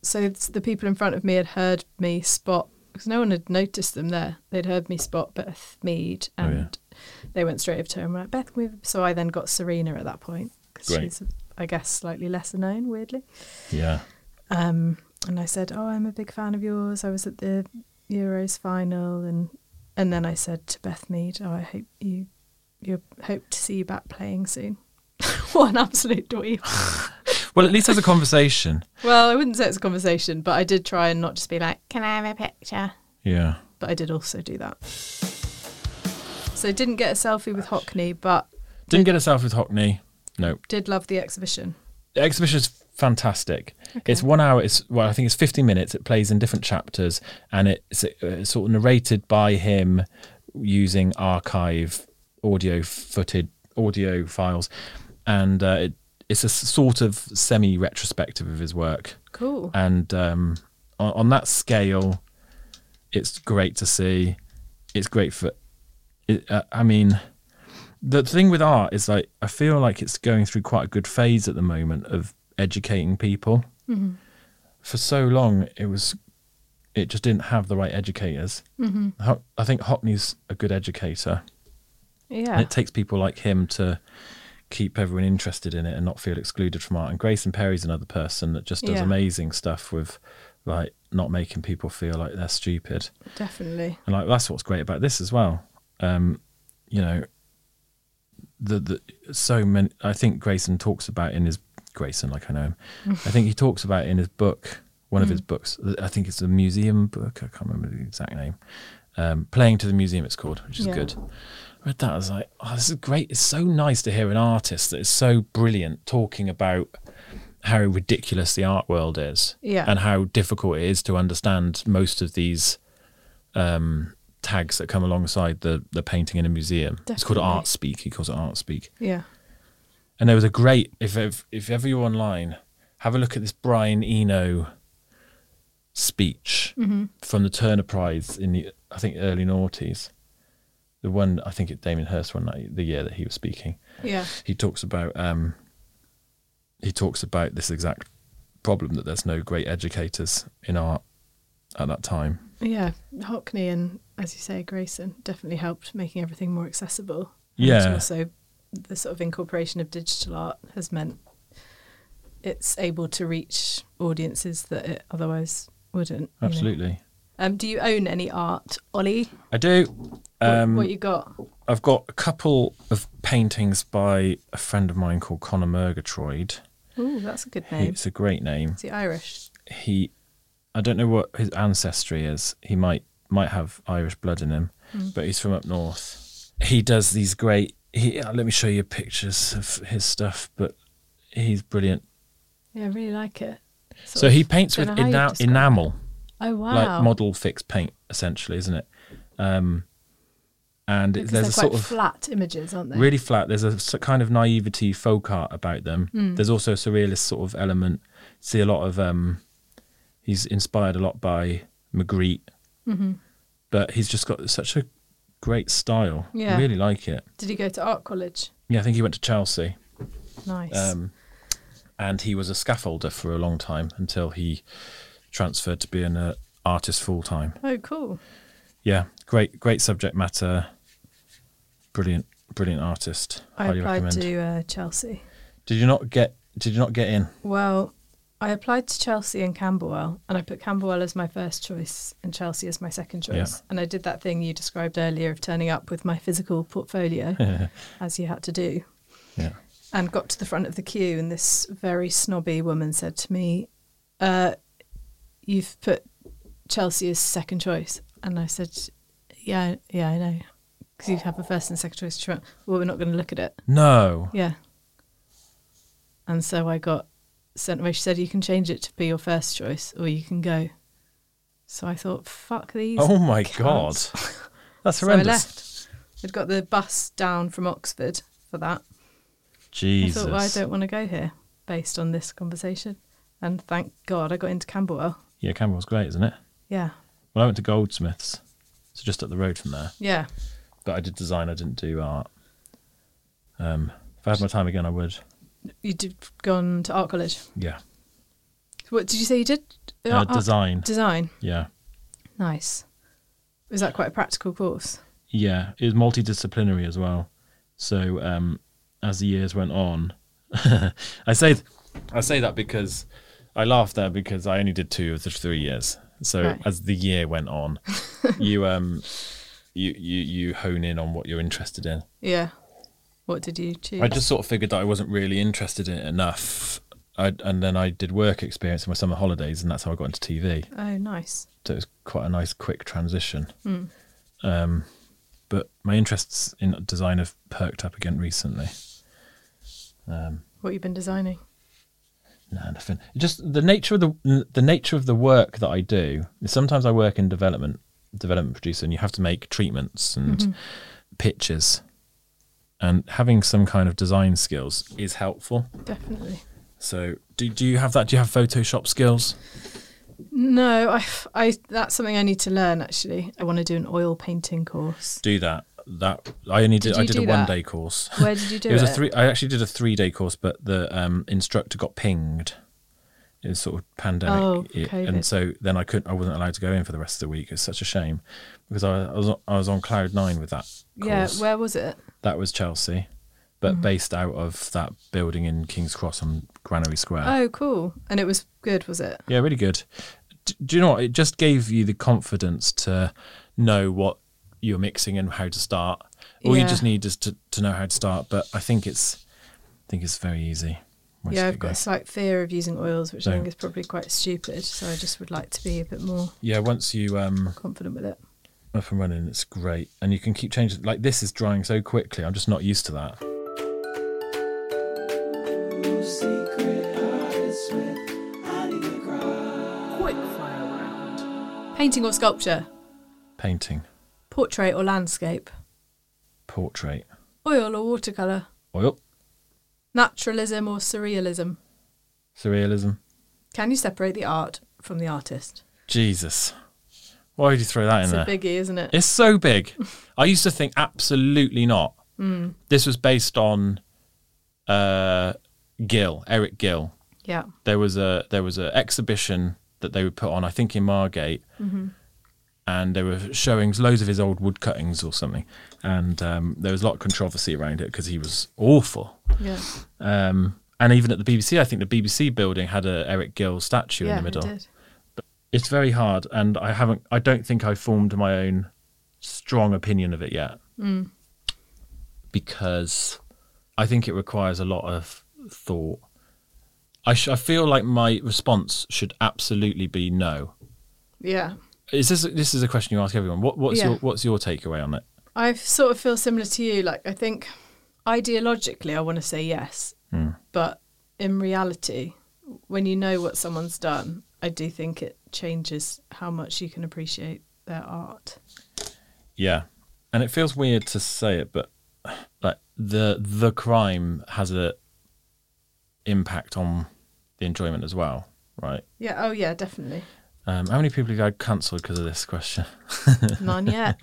so it's the people in front of me had heard me spot because no one had noticed them there. They'd heard me spot Beth Mead,
Oh, yeah.
and they went straight over to her and were like, "Beth, can we have-" So I then got Serena at that point because
Great.
she's, I guess, slightly lesser known, weirdly.
Yeah,
Um, and I said, "Oh, I'm a big fan of yours. I was at the Euros final, and and then I said to Beth Mead, oh, I hope you you hope to see you back playing soon.' what an absolute dweeb.
Well, at least there's a conversation.
Well, I wouldn't say it's a conversation, but I did try and not just be like, "Can I have a picture?"
Yeah.
But I did also do that. So I didn't get a selfie with Hockney, but
Didn't get a selfie with Hockney. No.
did love the exhibition.
the exhibition is fantastic. It's one hour. It's well, I think it's fifty minutes. It plays in different chapters, and it's, uh sort of narrated by him using archive audio footage, audio files, and uh, it, it's a s- sort of semi-retrospective of his work.
Cool.
And um, on, on that scale, it's great to see. It's great for. It, uh, I mean, the thing with art is like I feel like it's going through quite a good phase at the moment of educating people. For so long, it was, it just didn't have the right educators. Mm-hmm. I think Hockney's a good educator,
Yeah.
and it takes people like him to keep everyone interested in it and not feel excluded from art. And Grayson Perry's another person that just does
Yeah.
amazing stuff with like not making people feel like they're stupid.
Definitely.
And like that's what's great about this as well. Um, you know, the the so many. I think Grayson talks about in his Grayson, like I know him. I think he talks about in his book, one of his
Mm.
books. I think it's a museum book. I can't remember the exact name. Um, Playing to the museum, it's called, which is
Yeah.
good. I read that. I was like, oh, this is great. It's so nice to hear an artist that is so brilliant talking about how ridiculous the art world is,
Yeah.
and how difficult it is to understand most of these um, tags that come alongside the the painting in a museum. It's called
Definitely.
art speak. He calls it art speak.
Yeah.
And there was a great if if, if ever you're online, have a look at this Brian Eno speech from the Turner Prize in the I think early noughties. The one I think it Damien Hirst one night the year that he was speaking
Yeah.
he talks about um, he talks about this exact problem that there's no great educators in art at that time.
Yeah. Hockney and, as you say, Grayson definitely helped making everything more accessible. And
Yeah.
Also, the sort of incorporation of digital art has meant it's able to reach audiences that it otherwise wouldn't. you know.
Absolutely,
Um, do you own any art, Ollie?
I do.
What,
Um,
what you got?
I've got a couple of paintings by a friend of mine called Conor Murgatroyd.
Oh, that's a good
He-
name.
It's a great name.
Is he Irish?
He, I don't know what his ancestry is. He might might have Irish blood in him,
Hmm.
but he's from up north. He does these great. He, uh, let me show you pictures of his stuff, but he's brilliant.
Yeah, I really like it. Sort
So
of
he paints
don't
with
know how you'd
ena-
describe it.
enamel,
Oh wow!
like model fixed paint, essentially, isn't it? Um, and
Because
there's
they're
a
quite
sort of
flat images, aren't they?
really flat. There's a s- kind of naivety folk art about them.
Hmm.
There's also a surrealist sort of element. See a lot of um, he's inspired a lot by Magritte,
Mm-hmm.
but he's just got such a great style.
Yeah.
I really like it.
Did he go to art college?
Yeah, I think he went to Chelsea.
Nice.
Um, and he was a scaffolder for a long time until he transferred to being an uh, artist full time.
oh, cool.
Yeah, great, great subject matter. Brilliant, brilliant artist.
I
Highly
applied
recommend.
to uh, Chelsea.
Did you not get? Did you not get in?
Well, I applied to Chelsea and Camberwell, and I put Camberwell as my first choice and Chelsea as my second choice.
Yeah.
And I did that thing you described earlier of turning up with my physical portfolio, as you had to do.
Yeah.
and got to the front of the queue and this very snobby woman said to me uh, you've put chelsea as second choice and i said yeah yeah i know because you have a first and second choice She went, well we're not going to look at it
No.
yeah and so i got sent away she said you can change it to be your first choice or you can go so i thought fuck these
Oh my
cunts."
god, that's
so i
horrendous.
left i'd got the bus down from oxford for that
Jesus.
I thought, well, I don't want to go here based on this conversation. And thank God I got into Camberwell.
Yeah, Camberwell's great, isn't it?
Yeah.
Well, I went to Goldsmiths, so just up the road from there.
Yeah.
But I did design. I didn't do art. Um, if I had my time again, I would.
You'd have gone to art college.
Yeah.
What did you say you did?
Uh,
Art- art-
design.
Design.
Yeah.
Nice. Was that quite a practical course?
Yeah, it was multidisciplinary as well. So um, as the years went on, I say I say that because I laugh there because I only did two of the three years. So
Right.
as the year went on, you um you, you you hone in on what you're interested in.
Yeah. What did you choose?
I just sort of figured that I wasn't really interested in it enough. I, and then I did work experience in my summer holidays, and that's how I got into TV
Oh, nice.
so it was quite a nice quick transition.
Mm.
Um, but my interests in design have perked up again recently.
What you've been designing?
Nah, nothing. Just the nature of the the nature of the work that I do. Sometimes I work in development, development producer, and you have to make treatments and
Mm-hmm.
pitches. And having some kind of design skills is helpful.
Definitely.
So, do do you have that? Do you have Photoshop skills?
No, I, I, that's something I need to learn actually. I want to do an oil painting course.
Do that. That I only did.
Did
I
you
did
do
a
that?
one day course.
Where did you do it?
it was a three. I actually did a three-day course, but the um, instructor got pinged. It was sort of pandemic,
Oh,
it-
COVID.
and so then I couldn't. I wasn't allowed to go in for the rest of the week. It's such a shame because I, I was on- I was on cloud nine with that.
Yeah. Mm-hmm.
course.
Where was it?
that was Chelsea. but based out of that building in King's Cross on Granary Square.
Oh, cool. And it was good, was it?
Yeah, really good. D- do you know what? It just gave you the confidence to know what you're mixing and how to start. All
Yeah.
you just need is to, to know how to start. But I think it's, I think it's very easy. once
yeah,
you
I've
go.
got a slight fear of using oils, which I
Don't.
think is probably quite stupid. So I just would like to be a bit more
Yeah, once you um
confident with it.
up and running, it's great, and you can keep changing. Like this is drying so quickly. I'm just not used to that.
Painting or sculpture,
Painting,
portrait or landscape,
portrait,
oil or watercolour,
oil,
naturalism or surrealism.
surrealism.
Can you separate the art from the artist?
Jesus, why would you throw that
It's
in there?
a biggie, isn't it?
It's so big. I used to think absolutely not.
Hmm.
This was based on uh, Gill, Eric Gill.
yeah.
There was a there was an exhibition that they would put on, I think in Margate,
Mm-hmm.
and they were showing loads of his old wood cuttings or something. And um, there was a lot of controversy around it because he was awful.
Yeah.
Um, and even at the BBC, I think the BBC building had a Eric Gill statue
yeah,
in the middle
It did.
it's very hard and i haven't i don't think i formed my own strong opinion of it yet because i think it requires a lot of thought I, sh- I feel like my response should absolutely be no
Yeah.
is this this is a question you ask everyone what what's
Yeah.
your what's your takeaway on it
I sort of feel similar to you. Like, I think ideologically, I want to say yes.
Hmm.
But in reality, when you know what someone's done, I do think it changes how much you can appreciate their art.
yeah and it feels weird to say it but like the the crime has a impact on the enjoyment as well right
Yeah. Oh, yeah, definitely.
Um, how many people have you had cancelled because of this question?
None yet.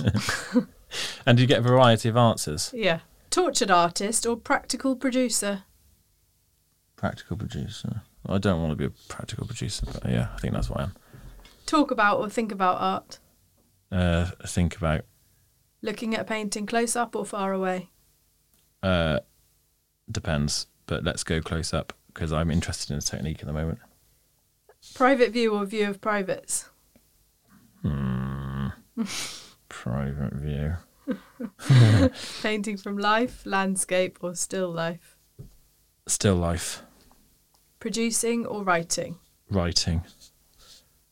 And do you get a variety of answers?
yeah. Tortured artist or practical producer?
Practical producer. I don't want to be a practical producer, but yeah, I think that's what I am.
Talk about or think about art?
Uh, think about
Looking at a painting close up or far away?
uh, depends, but let's go close up because I'm interested in the technique at the moment.
Private view or view of privates?
Private view.
Painting from life, landscape, or still life?
Still life.
Producing or writing?
Writing.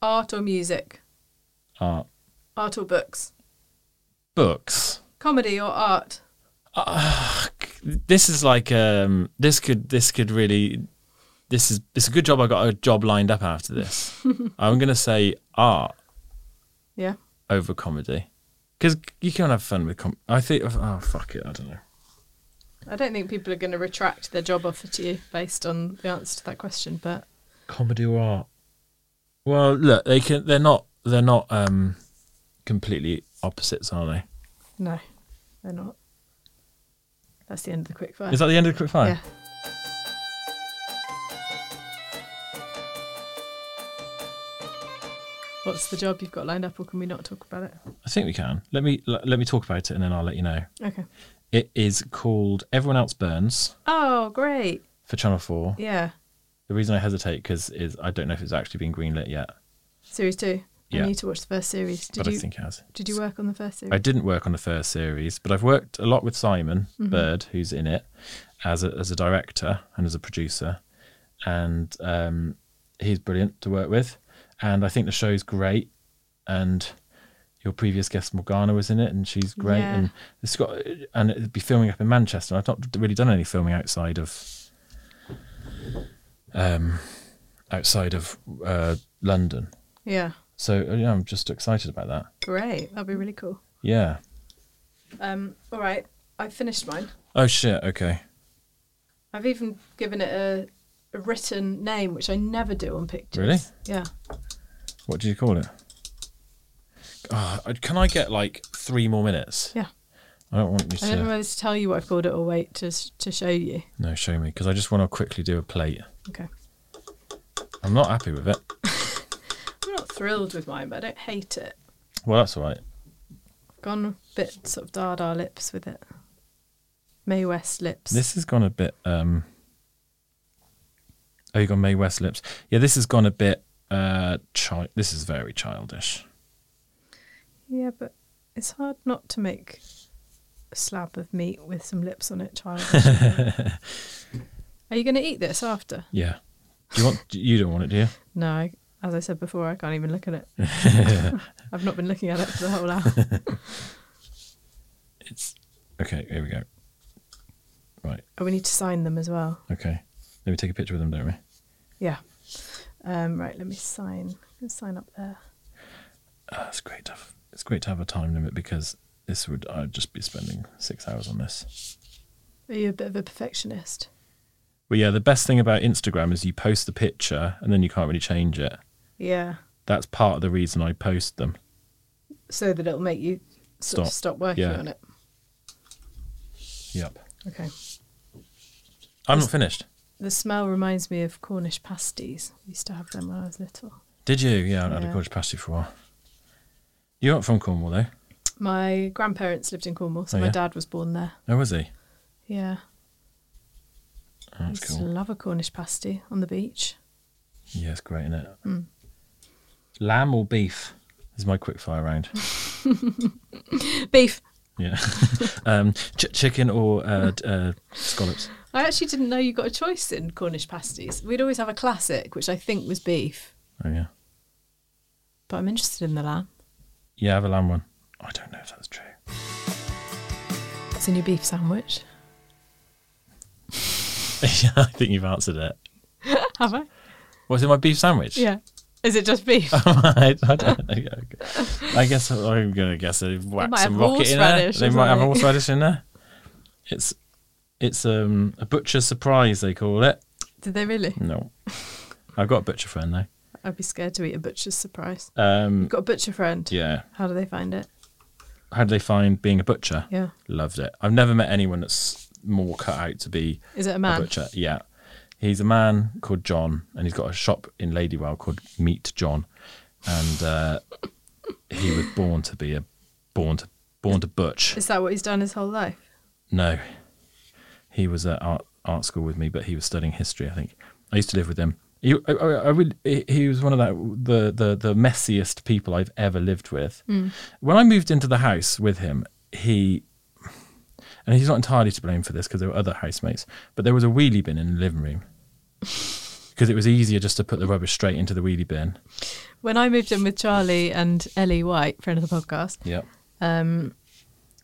Art or music?
Art.
Art or books?
Books.
Comedy or art?
This is like um. This could this could really. This is it's a good job I got a job lined up after this. I'm gonna say art.
Yeah.
over comedy because you can have fun with com. I think. Oh fuck it, I don't know.
I don't think people are going to retract their job offer to you based on the answer to that question, but
Comedy or art? Well, look, they can. They're not. They're not um, completely opposites, are they?
no, they're not. That's the end of the quick fire.
Is that the end of the quick fire?
Yeah. What's the job you've got lined up, or can we not talk about it?
I think we can. Let me let, let me talk about it, and then I'll let you know.
Okay.
It is called Everyone Else Burns
Oh, great.
for Channel Four.
Yeah.
The reason I hesitate because is I don't know if it's actually been greenlit yet,
Series two.
Yeah.
I need to watch the first series. Did
but
you
I think it has.
did you work on the first series?
I didn't work on the first series, but I've worked a lot with Simon Bird, who's in it as a, as a director and as a producer, and um, he's brilliant to work with. And I think the show's great. And your previous guest Morgana was in it, and she's great.
Yeah.
And it's got and it'd be filming up in Manchester. I've not really done any filming outside of um, outside of uh, London.
Yeah.
So yeah, I'm just excited about that.
Great. That'd be really cool.
Yeah.
Um, all right. I finished mine.
Oh shit. Okay.
I've even given it a, a written name, which I never do on pictures.
Really?
Yeah.
What do you call it? Ah, I- can I get like three more minutes?
Yeah.
I don't want you
I don't know
to.
whether to tell you what I've called it or wait to s- to show you.
No, show me because I just want to quickly do a plate.
Okay.
I'm not happy with it.
I'm not thrilled with mine, but I don't hate it.
Well, that's all right.
Gone a bit sort of dada lips with it. May West lips.
This has gone a bit. Um, oh, you got May West lips. Yeah, this has gone a bit. Uh, chi- this is very childish.
yeah, but it's hard not to make a slab of meat with some lips on it, child. Are you going to eat this after?
Yeah. Do you want? you don't want it, do you?
No, I- as I said before, I can't even look at it. I've not been looking at it for the whole hour.
It's okay. Here we go. Right.
oh, we need to sign them as well.
Okay. Let me take a picture with them, don't we?
Yeah. Um, right, let me sign. I'm gonna sign up there.
Uh, it's great to have. It's great to have a time limit because this would. I'd just be spending six hours on this.
Are you a bit of a perfectionist?
But yeah, the best thing about Instagram is you post the picture and then you can't really change it.
Yeah.
That's part of the reason I post them.
So that it'll make you sort of
Stop.
stop working
Yeah.
on it.
Yep.
Okay.
I'm not finished.
The smell reminds me of Cornish pasties. We used to have them when I was little.
Did you? Yeah, I had a
Yeah.
cottage pasty for a while. You're not from Cornwall though.
My grandparents lived in Cornwall, so
Oh,
my
yeah?
dad was born there.
Oh, was he? Oh,
Yeah. I
That's
used
cool.
to love a Cornish pasty on the beach.
Yeah, it's great, isn't it? Lamb or beef? This is my quick fire round.
Beef.
Yeah. um, ch- chicken or uh, d- uh, scallops?
I actually didn't know you got a choice in Cornish pasties. We'd always have a classic, which I think was beef,
Oh, yeah.
but I'm interested in the lamb.
Yeah, I have a lamb one. I don't know if that's true.
It's in your beef sandwich.
yeah, I think you've answered it.
Have I?
What's in my beef sandwich?
Yeah. Is it just beef?
I, I don't know. Yeah, okay. I guess I'm gonna guess they whack
might
some
have
rocket in there.
horseradish or
They might have
something.
horseradish in there. It's it's um, a butcher surprise they call it.
Did they really?
No, I've got a butcher friend though.
I'd be scared to eat a butcher's surprise.
Um,
Got a butcher friend.
yeah,
How do they find it?
how do they find being a butcher?
Yeah.
loved it. I've never met anyone that's more cut out to be
Is it a
a
man?
butcher. Yeah, he's a man called John, and he's got a shop in Ladywell called Meat John, and uh, he was born to be a born to born to butch.
Is that what he's done his whole life?
No, he was at art art school with me, but he was studying history. I think I used to live with him. He, I, I, I would, he he was one of that the, the the messiest people I've ever lived with.
Hmm.
When I moved into the house with him, he and he's not entirely to blame for this because there were other housemates, but there was a wheelie bin in the living room because it was easier just to put the rubbish straight into the wheelie bin.
When I moved in with Charlie and Ellie White, friend of the podcast,
Yeah.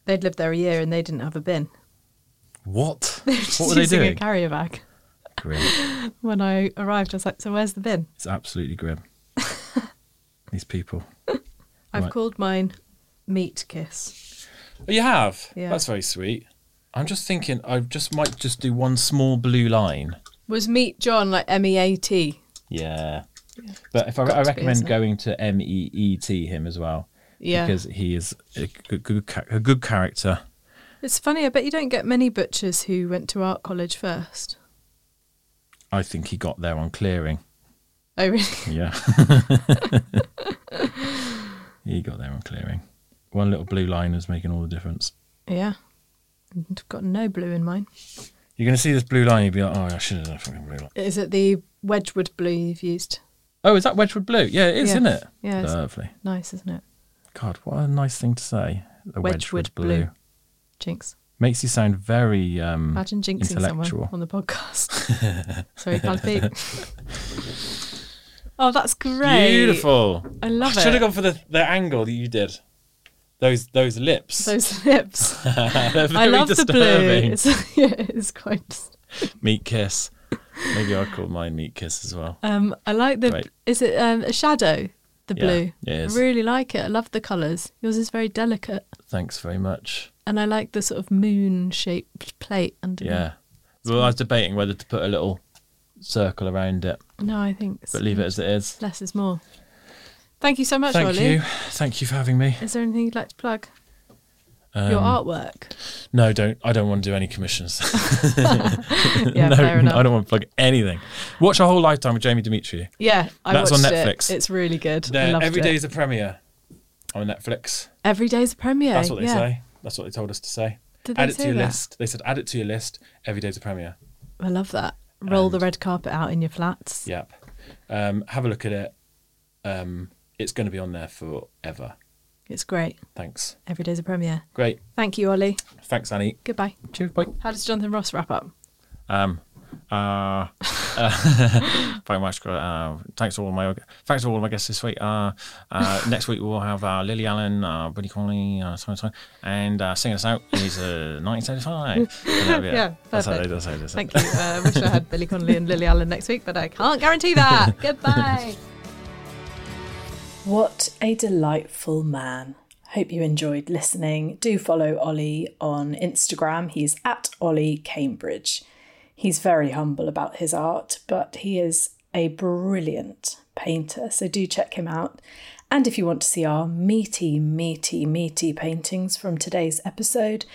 they'd lived there a year and they didn't have a bin.
What?
They were just
what were they
using a
doing?
carrier bag.
Grim.
When I arrived, I was like, so where's the bin?
It's absolutely grim. These people.
I've
Right.
called mine meat kiss.
Oh, you have?
Yeah.
That's very sweet. I'm just thinking I just might just do one small blue line.
Was meat John like M E A T?
Yeah. But if I,
got to
I
be,
recommend
isn't it?
going to M E E T him as well.
Yeah.
Because he is a good, good, cha- a good character.
It's funny, I bet you don't get many butchers who went to art college first.
I think he got there on clearing.
Oh, really?
Yeah. he got there on clearing. One little blue line is making all the difference.
Yeah. And got no blue in mine.
You're going to see this blue line, you'll be like, oh, I should have done a fucking blue line.
Is it the Wedgwood blue you've used?
Oh, is that Wedgwood blue? Yeah, it is,
Yeah.
isn't it?
Yeah, it's-
Lovely.
Nice, isn't it?
God, what a nice thing to say. The
Wedgwood
Wedgwood,
blue.
blue.
Jinx.
Makes you sound very um,
Imagine jinxing someone
intellectual.
on the podcast. Sorry, can't speak. oh, that's great.
Beautiful.
I love
Should
it.
have gone for the, the angle that you did. Those those lips.
Those lips.
They're
I
very
love the blue.
disturbing.
It's, yeah, it's quite. dis-
Meat kiss. Maybe I'll call mine meat kiss as well.
Um, I like the.
Great.
Is it um, a shadow? The
Yeah,
blue.
it is.
I really like it. I love the colours. Yours is very delicate,
Thanks very much.
and I like the sort of moon-shaped plate underneath.
Yeah. Well, I was debating whether to put a little circle around it,
No, I think. it's-
but leave it as it is.
Less is more. Thank you so much,
Thank
Ollie.
you. Thank you for having me.
Is there anything you'd like to plug?
Um,
Your artwork.
No, don't. I don't want to do any commissions.
Yeah,
no,
fair enough.
I don't want to plug anything. Watch a whole lifetime with Jamie Demetriou.
Yeah, I
That's on
watched
Netflix.
It. It's really good. I
There,
loved
every
it.
day is a premiere on Netflix.
every day's a premiere.
That's what they
yeah.
say. That's what they told us to say.
Did they
add it
say
to your
that?
list. They said add it to your list. Every day's a premiere.
I love that. Roll the
And-
red carpet out in your flats.
Yep. Um, have a look at it. Um, it's going to be on there forever.
It's great.
Thanks.
Every day's a premiere.
Great.
Thank you, Ollie.
Thanks, Annie.
Goodbye.
Cheers. Bye.
How does Jonathan Ross wrap up?
Um, uh, very much. Uh, thanks to all my thanks to all my guests this week. Uh, uh, next week we'll have uh, Lily Allen, uh, Buddy Corley, uh, so and so, and uh, sing us out is uh, 1975.
Yeah,
that's how they,
perfect.
that's how they say it.
Thank you. Uh, I wish I had Billy Connolly and Lily Allen next week, but I can't guarantee that. Goodbye.
What a delightful man. Hope you enjoyed listening. Do follow Ollie on Instagram. He's at Ollie Cambridge. He's very humble about his art, but he is a brilliant painter, so do check him out. And if you want to see our meaty, meaty, meaty paintings from today's episode,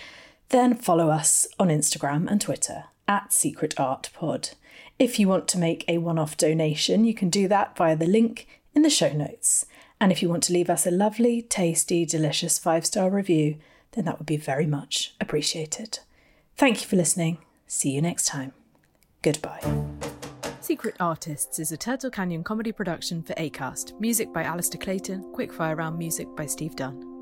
then follow us on Instagram and Twitter at Secret Art Pod. If you want to make a one off donation, you can do that via the link in the show notes. And if you want to leave us a lovely, tasty, delicious five star review, then that would be very much appreciated. Thank you for listening. See you next time. Goodbye.
Secret Artists is a Turtle Canyon comedy production for ACAST. Music by Alistair Clayton, Quickfire Round music by Steve Dunn.